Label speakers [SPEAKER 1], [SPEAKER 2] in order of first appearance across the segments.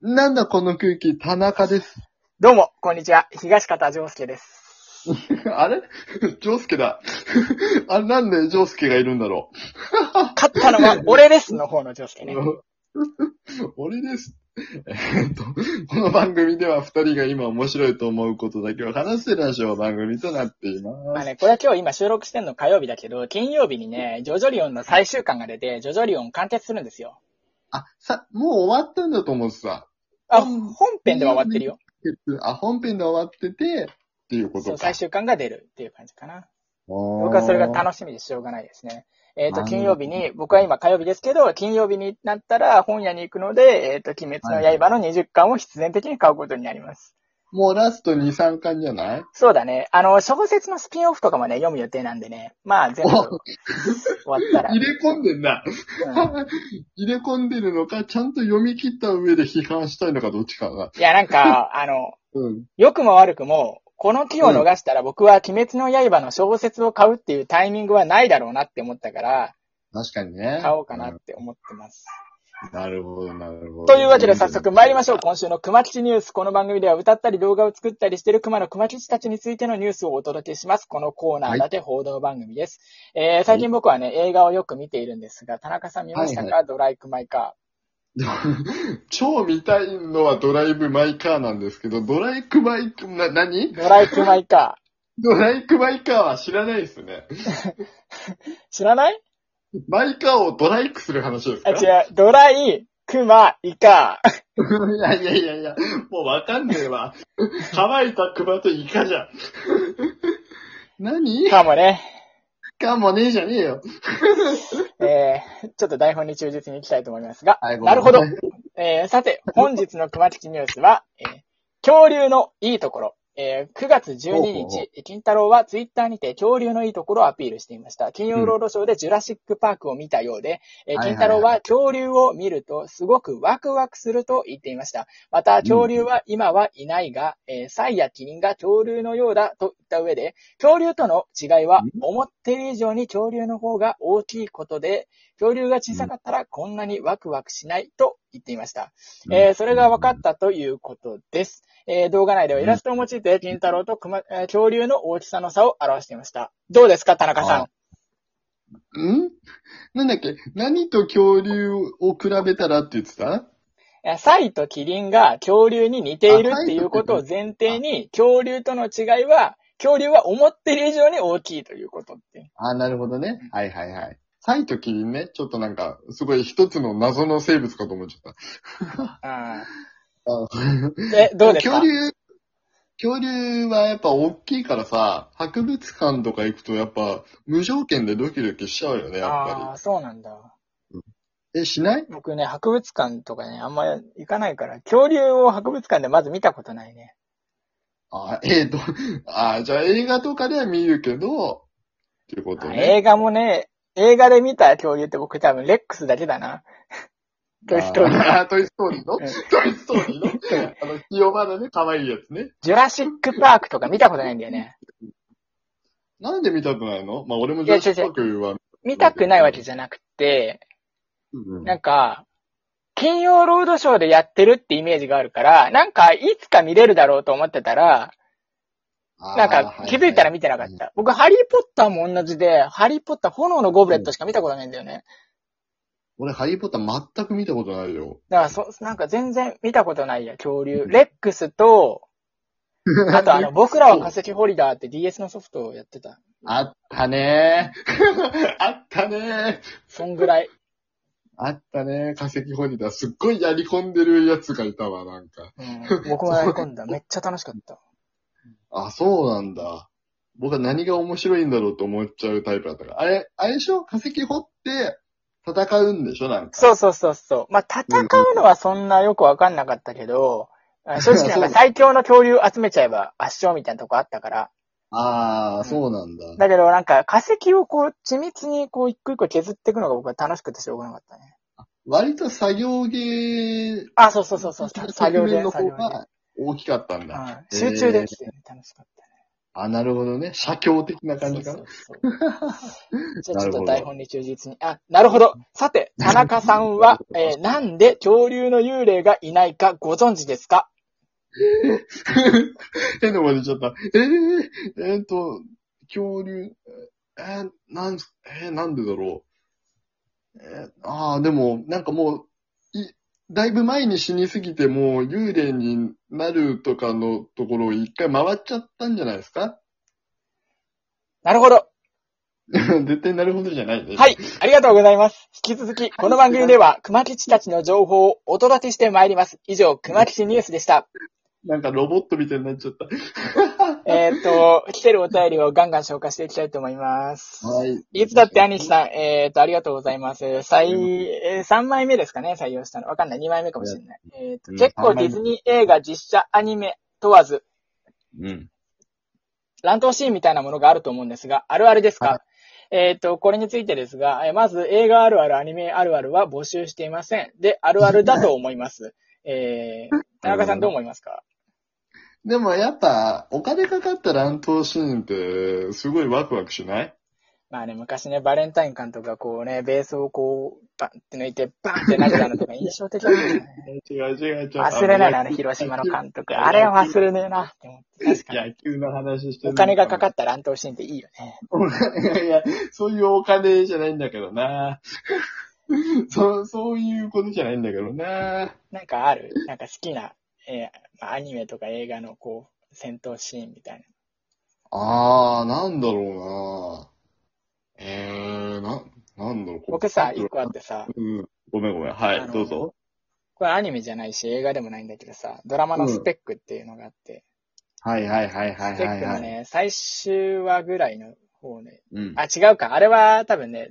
[SPEAKER 1] なんだこの空気、田中です。
[SPEAKER 2] どうも、こんにちは。東方丈介です。
[SPEAKER 1] あれ ジョースケだ。 あ、なんでジョースケがいるんだろ
[SPEAKER 2] 勝ったのは俺ですの方の丈 介ね。
[SPEAKER 1] う。俺です。えっと、この番組では二人が今面白いと思うことだけを話してラジオ番組となってい
[SPEAKER 2] ま
[SPEAKER 1] ま
[SPEAKER 2] あ
[SPEAKER 1] す。
[SPEAKER 2] ね、これは今日今収録してんの火曜日だけど、金曜日にね、ジョジョリオンの最終巻が出て、ジョジョリオン完結するんですよ。
[SPEAKER 1] あ、さ、もう終わったんだと思ってた。
[SPEAKER 2] あ、
[SPEAKER 1] うん
[SPEAKER 2] 本編では終わってるよ。
[SPEAKER 1] あ、本編で終わってて、っていうこと
[SPEAKER 2] そう、
[SPEAKER 1] か。
[SPEAKER 2] 最終巻が出るっていう感じかな。
[SPEAKER 1] 僕
[SPEAKER 2] 僕はそれが楽しみでしょうがないですね。えっ、と、金曜日に、僕は今火曜日ですけど、金曜日になったら本屋に行くので、えっ、と、鬼滅の刃の20巻を必然的に買うことになります。
[SPEAKER 1] もうラスト2、3巻じゃない
[SPEAKER 2] そうだね。あの、小説のスピンオフとかもね、読む予定なんでね。まあ、全部終わったら。
[SPEAKER 1] 入れ込んでんな。
[SPEAKER 2] うん
[SPEAKER 1] 入れ込んでるのか、ちゃんと読み切った上で批判したいのか、どっちかが。
[SPEAKER 2] いや、なんか、あの、
[SPEAKER 1] うん。
[SPEAKER 2] 良くも悪くも、この機を逃したら僕は鬼滅の刃の小説を買うっていうタイミングはないだろうなって思ったから、
[SPEAKER 1] 確かにね。
[SPEAKER 2] 買おうかなって思ってます。
[SPEAKER 1] うん。なるほど、なるほど。
[SPEAKER 2] というわけで早速参りましょう。今週の熊吉ニュース。この番組では歌ったり動画を作ったりしている熊の熊吉たちについてのニュースをお届けします。このコーナーだけ報道番組です。えー、最近僕はね、映画をよく見ているんですが、田中さん見ましたか、
[SPEAKER 1] はい
[SPEAKER 2] ドライクマイカ
[SPEAKER 1] 超見たいのはドライブ・マイ・カーなんですけど、ドライク・マイ・カー、な、何
[SPEAKER 2] ー。ドライクマイカ
[SPEAKER 1] ドライク・マイ・カーは知らないですね。
[SPEAKER 2] ー。知らない
[SPEAKER 1] マイ・カーをドライクする話です
[SPEAKER 2] あ、
[SPEAKER 1] か
[SPEAKER 2] 違う。ドライ、クマ、イカー。
[SPEAKER 1] いやいやいやいや、もうわかんねえわ。乾いた熊とイカじゃん。何
[SPEAKER 2] かもね。
[SPEAKER 1] かもねえじゃねえよ。
[SPEAKER 2] えー、ちょっと台本に忠実にいきたいと思いますが。
[SPEAKER 1] はいごめん
[SPEAKER 2] なるほど。えー、さて、本日の熊吉ニュースは、えー、恐竜のいいところ。えー、9月12
[SPEAKER 1] ほうほうほ
[SPEAKER 2] 日、金太郎はツイッターにて恐竜のいいところをアピールしていました。金曜ロードショーでジュラシックパークを見たようで、えー
[SPEAKER 1] はいはいはい
[SPEAKER 2] 金太郎は恐竜を見るとすごくワクワクすると言っていました。また、恐竜は今はいないが、えーサイやキリンが恐竜のようだと言った上で、恐竜との違いは
[SPEAKER 1] うん
[SPEAKER 2] 思っている以上に恐竜の方が大きいことで、恐竜が小さかったらこんなにワクワクしないと言っていました。えーそれが分かったということです。えー動画内ではイラストを用いて、金太郎と熊、えー恐竜の大きさの差を表していました。どうですか、田中さん。
[SPEAKER 1] んなんだっけ何と恐竜を比べたらって言ってた
[SPEAKER 2] えーサイとキリンが恐竜に似ているっていうことを前提に、恐竜との違いは、恐竜は思っている以上に大きいということって。
[SPEAKER 1] あ、なるほどね。はいはいはい。サイとキリンね。ちょっとなんか、すごい一つの謎の生物かと思っちゃっ
[SPEAKER 2] あ
[SPEAKER 1] た。あ
[SPEAKER 2] ーえ、どうですか
[SPEAKER 1] 恐竜、恐竜はやっぱ大きいからさ、博物館とか行くとやっぱ無条件でドキドキしちゃうよね、やっ
[SPEAKER 2] あ
[SPEAKER 1] ぱ
[SPEAKER 2] あ、そうなんだ。
[SPEAKER 1] り。え、しない
[SPEAKER 2] 僕ね、博物館とかね、あんま行かないから、恐竜を博物館でまず見たことないね。
[SPEAKER 1] あ、えーと、あ、じゃあ映画とかでは見るけど、っていうことね。
[SPEAKER 2] 映画もね、映画で見た恐竜って僕多分レックスだけだな。 トイストーリー。
[SPEAKER 1] あートイストーリーの
[SPEAKER 2] うん
[SPEAKER 1] トイストーリーのあの、清まだね、可愛いやつね。
[SPEAKER 2] ジュラシックパークとか見たことないんだよね。
[SPEAKER 1] なんで見たくないのまあ、俺もジャスパークは、
[SPEAKER 2] 見たくないわけじゃなくて、
[SPEAKER 1] うん
[SPEAKER 2] なんか、金曜ロードショーでやってるってイメージがあるから、なんかいつか見れるだろうと思ってたら、なんか気づいたら見てなかった。僕、ハリーポッターも同じで、ハリーポッター炎のゴブレットしか見たことないんだよね。
[SPEAKER 1] 俺、ハリーポッター全く見たことないよ。
[SPEAKER 2] だからそ、なんか全然見たことないや、恐竜。レックス と、あとあの、僕らは化石ホリダーって DS のソフトをやってた。
[SPEAKER 1] あったね ー。あったねー。
[SPEAKER 2] そんぐらい。
[SPEAKER 1] あったねー。化石ホリダー。すっごいやり込んでるやつがいたわ、なんか。
[SPEAKER 2] うん、僕もやり込んだ。めっちゃ楽しかった。
[SPEAKER 1] あ、そうなんだ。僕は何が面白いんだろうと思っちゃうタイプだったから。あれ、あれでしょ化石掘って戦うんでしょなんか。
[SPEAKER 2] そうそうそうそう。まあ、戦うのはそんなよくわかんなかったけど、あ正直なん
[SPEAKER 1] そう
[SPEAKER 2] か最強の恐竜集めちゃえば圧勝みたいなとこあったから。
[SPEAKER 1] あー、そうなんだ。
[SPEAKER 2] だけどなんか化石をこう、緻密にこう一個一個削っていくのが僕は楽しくてしょうがなかったね。
[SPEAKER 1] 割と作業ゲー
[SPEAKER 2] あ、そうそうそうそう。作業
[SPEAKER 1] 面
[SPEAKER 2] で、
[SPEAKER 1] の
[SPEAKER 2] 作
[SPEAKER 1] 方
[SPEAKER 2] 業で。
[SPEAKER 1] が大きかったんだ
[SPEAKER 2] うん。集中で
[SPEAKER 1] えー
[SPEAKER 2] きてね楽しかったね。
[SPEAKER 1] あ、なるほどね。写経的な感じか
[SPEAKER 2] そ
[SPEAKER 1] な
[SPEAKER 2] う。 そうそうじゃあ
[SPEAKER 1] な
[SPEAKER 2] ちょ
[SPEAKER 1] るほ
[SPEAKER 2] っと
[SPEAKER 1] ど
[SPEAKER 2] 台本に忠実に。あ、なるほど。さて、田中さんは、 えーなんで恐竜の幽霊がいないかご存知ですか
[SPEAKER 1] 変なこと言っちゃった。えー、えーっと、恐竜、えー、なんす、えー、なんでだろう。えー、ああ、でも、なんかもう、い、だいぶ前に死にすぎて、もう幽霊になるとかのところを一回回っちゃったんじゃないですか
[SPEAKER 2] なるほど。
[SPEAKER 1] 絶対なるほどじゃないね。
[SPEAKER 2] はい。ありがとうございます。引き続き、この番組では、熊吉たちの情報をお届けしてまいります。以上、熊吉ニュースで した。
[SPEAKER 1] なんかロボットみたいになっちゃった。
[SPEAKER 2] えーっと、来てるお便りをガンガン消化していきたいと思います。
[SPEAKER 1] はい。
[SPEAKER 2] いつだって兄貴さん、えーっと、ありがとうございます。最、えー3枚目ですかね、採用したの。わかんない。2枚目かもしれない。えーっと、
[SPEAKER 1] うん
[SPEAKER 2] 結構ディズニー映画、実写、アニメ問わず、
[SPEAKER 1] うん。
[SPEAKER 2] 乱闘シーンみたいなものがあると思うんですが、あるあるですか、
[SPEAKER 1] は
[SPEAKER 2] えっ、と、これについてですが、えーまず映画あるある、アニメあるあるは募集していません。で、あるあるだと思います。 えー、田中さんどう思いますか
[SPEAKER 1] でもやっぱ、お金かかった乱闘シーンって、すごいワクワクしない
[SPEAKER 2] まあね、昔ね、バレンタイン監督がこうね、ベースをこう、バンって抜いて、バンって投げたのとか印象的だったよね。
[SPEAKER 1] 違う違う違う。
[SPEAKER 2] 忘れないな、あれ、広島の監督。あれは忘れねえなって思って。確かに。
[SPEAKER 1] 野球の話して
[SPEAKER 2] お金がかか
[SPEAKER 1] っ
[SPEAKER 2] った乱闘シーンっていいよね。
[SPEAKER 1] て。いやいや、そういうお金じゃないんだけどな。 そそういうことじゃないんだけどな。
[SPEAKER 2] なんかあるなんか好きな、えーまあアニメとか映画のこう、戦闘シーンみたいな。
[SPEAKER 1] あー、なんだろうな。えー、な、なんだろう。
[SPEAKER 2] 僕さ、一個あってさ、
[SPEAKER 1] うん。ごめんごめん。
[SPEAKER 2] あ
[SPEAKER 1] はい、
[SPEAKER 2] の
[SPEAKER 1] どうぞ。
[SPEAKER 2] これアニメじゃないし、映画でもないんだけどさ、ドラマのスペックっていうのがあって、
[SPEAKER 1] はいはいはいはい
[SPEAKER 2] スペ
[SPEAKER 1] は
[SPEAKER 2] ッ
[SPEAKER 1] い、
[SPEAKER 2] ク
[SPEAKER 1] は
[SPEAKER 2] の
[SPEAKER 1] い。
[SPEAKER 2] ね、最終話ぐらいの方ね。
[SPEAKER 1] うん。
[SPEAKER 2] あ、違うか。あれは多分ね、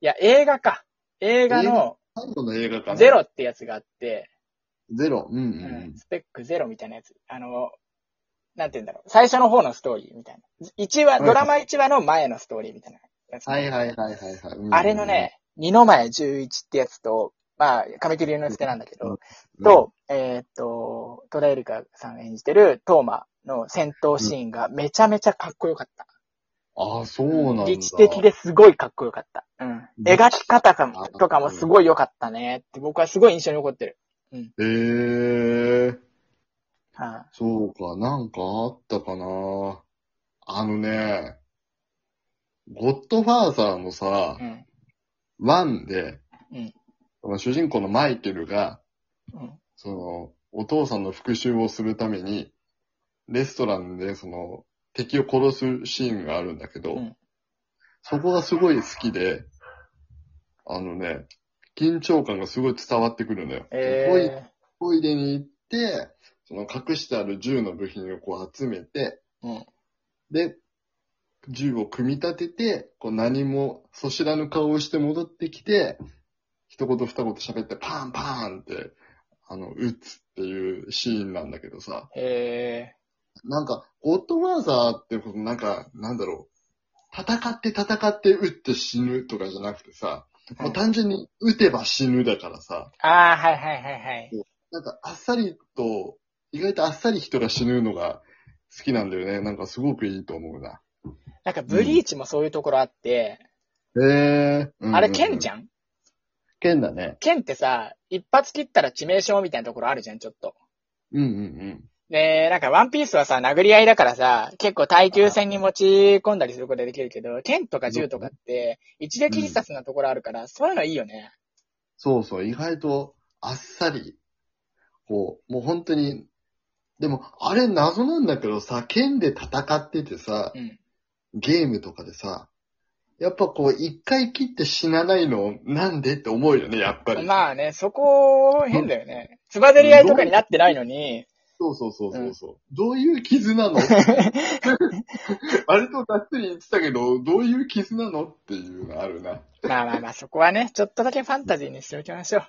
[SPEAKER 2] いや、映画か。映画の
[SPEAKER 1] 最後の映画かな
[SPEAKER 2] ゼ。ロってやつがあって、
[SPEAKER 1] ゼロ。うんう
[SPEAKER 2] うん
[SPEAKER 1] ん。
[SPEAKER 2] スペックゼロみたいなやつ。あの、なんて言うんだろう。最初の方のストーリーみたいな。一
[SPEAKER 1] は
[SPEAKER 2] 話、
[SPEAKER 1] い
[SPEAKER 2] ドラマ1話の前のストーリーみたいなやつ。
[SPEAKER 1] はいはいはいはいはい。うん
[SPEAKER 2] あれの、ね、二の前11ってやつと、まあ、神木隆之介なんだけど、
[SPEAKER 1] うん、
[SPEAKER 2] と、えーっと、トラエリカさん演じてるトーマの戦闘シーンがめちゃめちゃかっこよかった。
[SPEAKER 1] ああ、そうなんだ。
[SPEAKER 2] 理知的ですごいかっこよかった。うん。
[SPEAKER 1] ん
[SPEAKER 2] 描き方かもとかもすごい良かったねって僕はすごい印象に残ってる。
[SPEAKER 1] へえー。
[SPEAKER 2] は
[SPEAKER 1] そうか、なんかあったかな。あのね、ゴッドファーザーのさ
[SPEAKER 2] い。う、ん。
[SPEAKER 1] ワンで、
[SPEAKER 2] うん
[SPEAKER 1] その主人公のマイケルが、
[SPEAKER 2] うん。
[SPEAKER 1] その、お父さんの復讐をするために、レストランで、その、敵を殺すシーンがあるんだけど、
[SPEAKER 2] うん
[SPEAKER 1] そこがすごい好きで、あのね、緊張感がすごい伝わってくるのよ。トイレ
[SPEAKER 2] え
[SPEAKER 1] トイレに行って、その隠してある銃の部品をこう集めて、
[SPEAKER 2] ー。うん。
[SPEAKER 1] で、銃を組み立てて、こう何もそしらぬ顔をして戻ってきて、一言二言喋ってパンパンって、あの、撃つっていうシーンなんだけどさ。
[SPEAKER 2] え
[SPEAKER 1] なんか、ゴッドファーザーってことなんか、なんだろう。戦って戦って撃って死ぬとかじゃなくてさ、
[SPEAKER 2] ー。う
[SPEAKER 1] もうん単純に撃てば死ぬだからさ、
[SPEAKER 2] ああ、はいはいはいはい。
[SPEAKER 1] なんかあっさりと、意外とあっさり人が死ぬのが好きなんだよね。なんかすごくいいと思うな。
[SPEAKER 2] なんかブリーチもそういうところあって、
[SPEAKER 1] へえ。
[SPEAKER 2] あれ
[SPEAKER 1] ゃ
[SPEAKER 2] 剣
[SPEAKER 1] ん。
[SPEAKER 2] じゃん
[SPEAKER 1] 剣だね。
[SPEAKER 2] 剣ってさ、一発切ったら致命傷みたいなところあるじゃん、ちょっと。
[SPEAKER 1] うんうん
[SPEAKER 2] で、なんかワンピースはさ、殴り合いだからさ、結構耐久戦に持ち込んだりすることができるけど、剣とか銃とかって、一撃必殺なところあるから、そういうのいいよね。
[SPEAKER 1] そうそう、意外とあっさり、こう、もう本当に、でも、あれ謎なんだけどさ、剣で戦っててさ
[SPEAKER 2] う、ん。
[SPEAKER 1] ゲームとかでさ、やっぱこう、一回切って死なないの、なんでって思うよね、やっぱり。
[SPEAKER 2] まあね、そこ、変だよね。つばぜり合いとかになってないのに、
[SPEAKER 1] そうそうそうそうそう、どういう傷 なの割とがっつり言ってたけど、どういう傷なのっていうのあるな。
[SPEAKER 2] まあまあまあ、そこはね、ちょっとだけファンタジーにしておきましょう。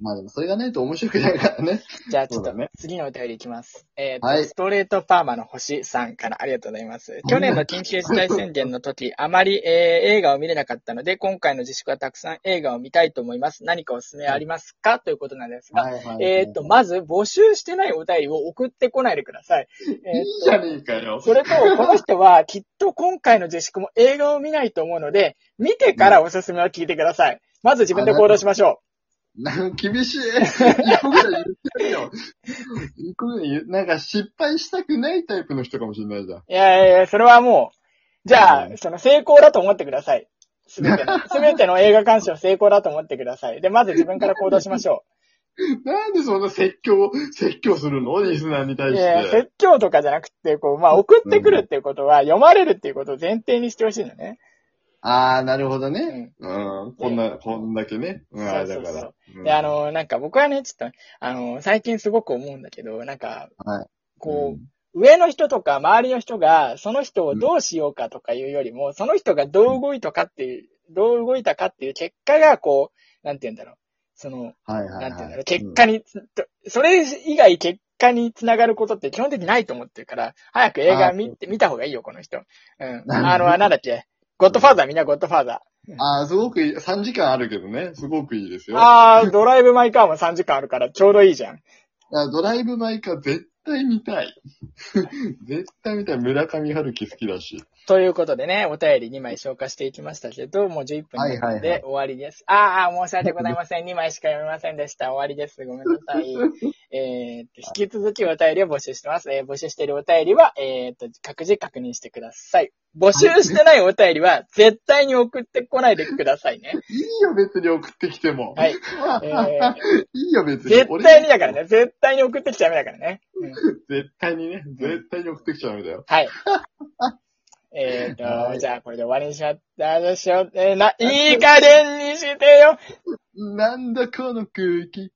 [SPEAKER 1] まあでもそれがないと面白くないからね。
[SPEAKER 2] じゃあち
[SPEAKER 1] そ
[SPEAKER 2] ょっ
[SPEAKER 1] う
[SPEAKER 2] と
[SPEAKER 1] だね
[SPEAKER 2] 次のお便りいきます。えっ、と、
[SPEAKER 1] はい
[SPEAKER 2] ストレートパーマの星さんからありがとうございます。去年の緊急事態宣言の時、 あまり、えー映画を見れなかったので、今回の自粛はたくさん映画を見たいと思います。何かおすすめありますか、ということなんですが、
[SPEAKER 1] いは
[SPEAKER 2] えっ、と、まず募集してないお便りを送ってこないでください。
[SPEAKER 1] い
[SPEAKER 2] えー
[SPEAKER 1] いじゃねえかよ。
[SPEAKER 2] それと、この人は きっと今回の自粛も映画を見ないと思うので、見てからおすすめを聞いてください。まず自分で行動しましょ
[SPEAKER 1] なんか厳しい。一個ぐらい言ってるよ。一個ぐらい言うなんか失敗したくないタイプの人かもしれないじゃん。
[SPEAKER 2] う。いやいやいや、それはもう、じゃあ
[SPEAKER 1] う、ん
[SPEAKER 2] その成功だと思ってください。すべ ての、すべての映画鑑賞成功だと思ってください。で、まず自分から行動しましょ
[SPEAKER 1] なんでそんな説教、説教するのリスナーに
[SPEAKER 2] う。
[SPEAKER 1] 対
[SPEAKER 2] い
[SPEAKER 1] し
[SPEAKER 2] やいや、
[SPEAKER 1] て。
[SPEAKER 2] 説教とかじゃなくて、こう、まあ、送ってくるっていうことは、読まれるっていうことを前提にしてほしいのね。
[SPEAKER 1] あー、なるほどね。うん。こんな、こんだけね。うん、あれだか
[SPEAKER 2] そうそう
[SPEAKER 1] ら。うん
[SPEAKER 2] で、あ、の、なんか僕はね、ちょっと、あの、最近すごく思うんだけど、なんか、
[SPEAKER 1] はい
[SPEAKER 2] こ
[SPEAKER 1] う
[SPEAKER 2] う、
[SPEAKER 1] ん
[SPEAKER 2] 上の人とか周りの人が、その人をどうしようかとかいうよりも、その人がどう動いたかっていう、どう動いたかっていう結果が、こう、なんて言うんだろう。そ
[SPEAKER 1] はい
[SPEAKER 2] の、
[SPEAKER 1] はい
[SPEAKER 2] な
[SPEAKER 1] はい。
[SPEAKER 2] んて言うんだろう。結果につ、とそれ以外結果につながることって基本的にないと思ってるから、早く映画見て、見た方がいいよ、この人。うん。あの、なんだっけ。ゴッドファーザー、みんなゴッドファーザ
[SPEAKER 1] うんあー、すごくいい。3時間あるけどね。すごくいいです
[SPEAKER 2] ー。
[SPEAKER 1] よ。あ
[SPEAKER 2] あー、ドライブ・マイ・カーも3時間あるからちょうどいいじゃん。
[SPEAKER 1] ドライブ・マイ・カー絶対見たい。 絶対見たい。村上春樹好きだし。
[SPEAKER 2] ということでね、お便り2枚消化していきましたけど、もう11分になったの
[SPEAKER 1] はいはいは
[SPEAKER 2] で
[SPEAKER 1] い
[SPEAKER 2] 終わりです。ああ、申し訳ございません。2枚しか読めませんでした。終わりです。ごめんな さい。えーっと、引き続きお便りを募集してます。えー募集しているお便りは、えーっと、各自確認してください。募集してないお便りは、絶対に送ってこないでくださいね。
[SPEAKER 1] いいよ、別に送ってきても。
[SPEAKER 2] はい。えー
[SPEAKER 1] いいよ、別に。
[SPEAKER 2] 絶対にだからね。絶対に送ってきちゃダメだからね。うん
[SPEAKER 1] 絶対にね、絶対に送ってきちゃダメだよ。
[SPEAKER 2] はい。 えっと、
[SPEAKER 1] はい
[SPEAKER 2] じゃあこれで終わりにしまったでしょ。えーな、いい加減にしてよ
[SPEAKER 1] なんだこの空気。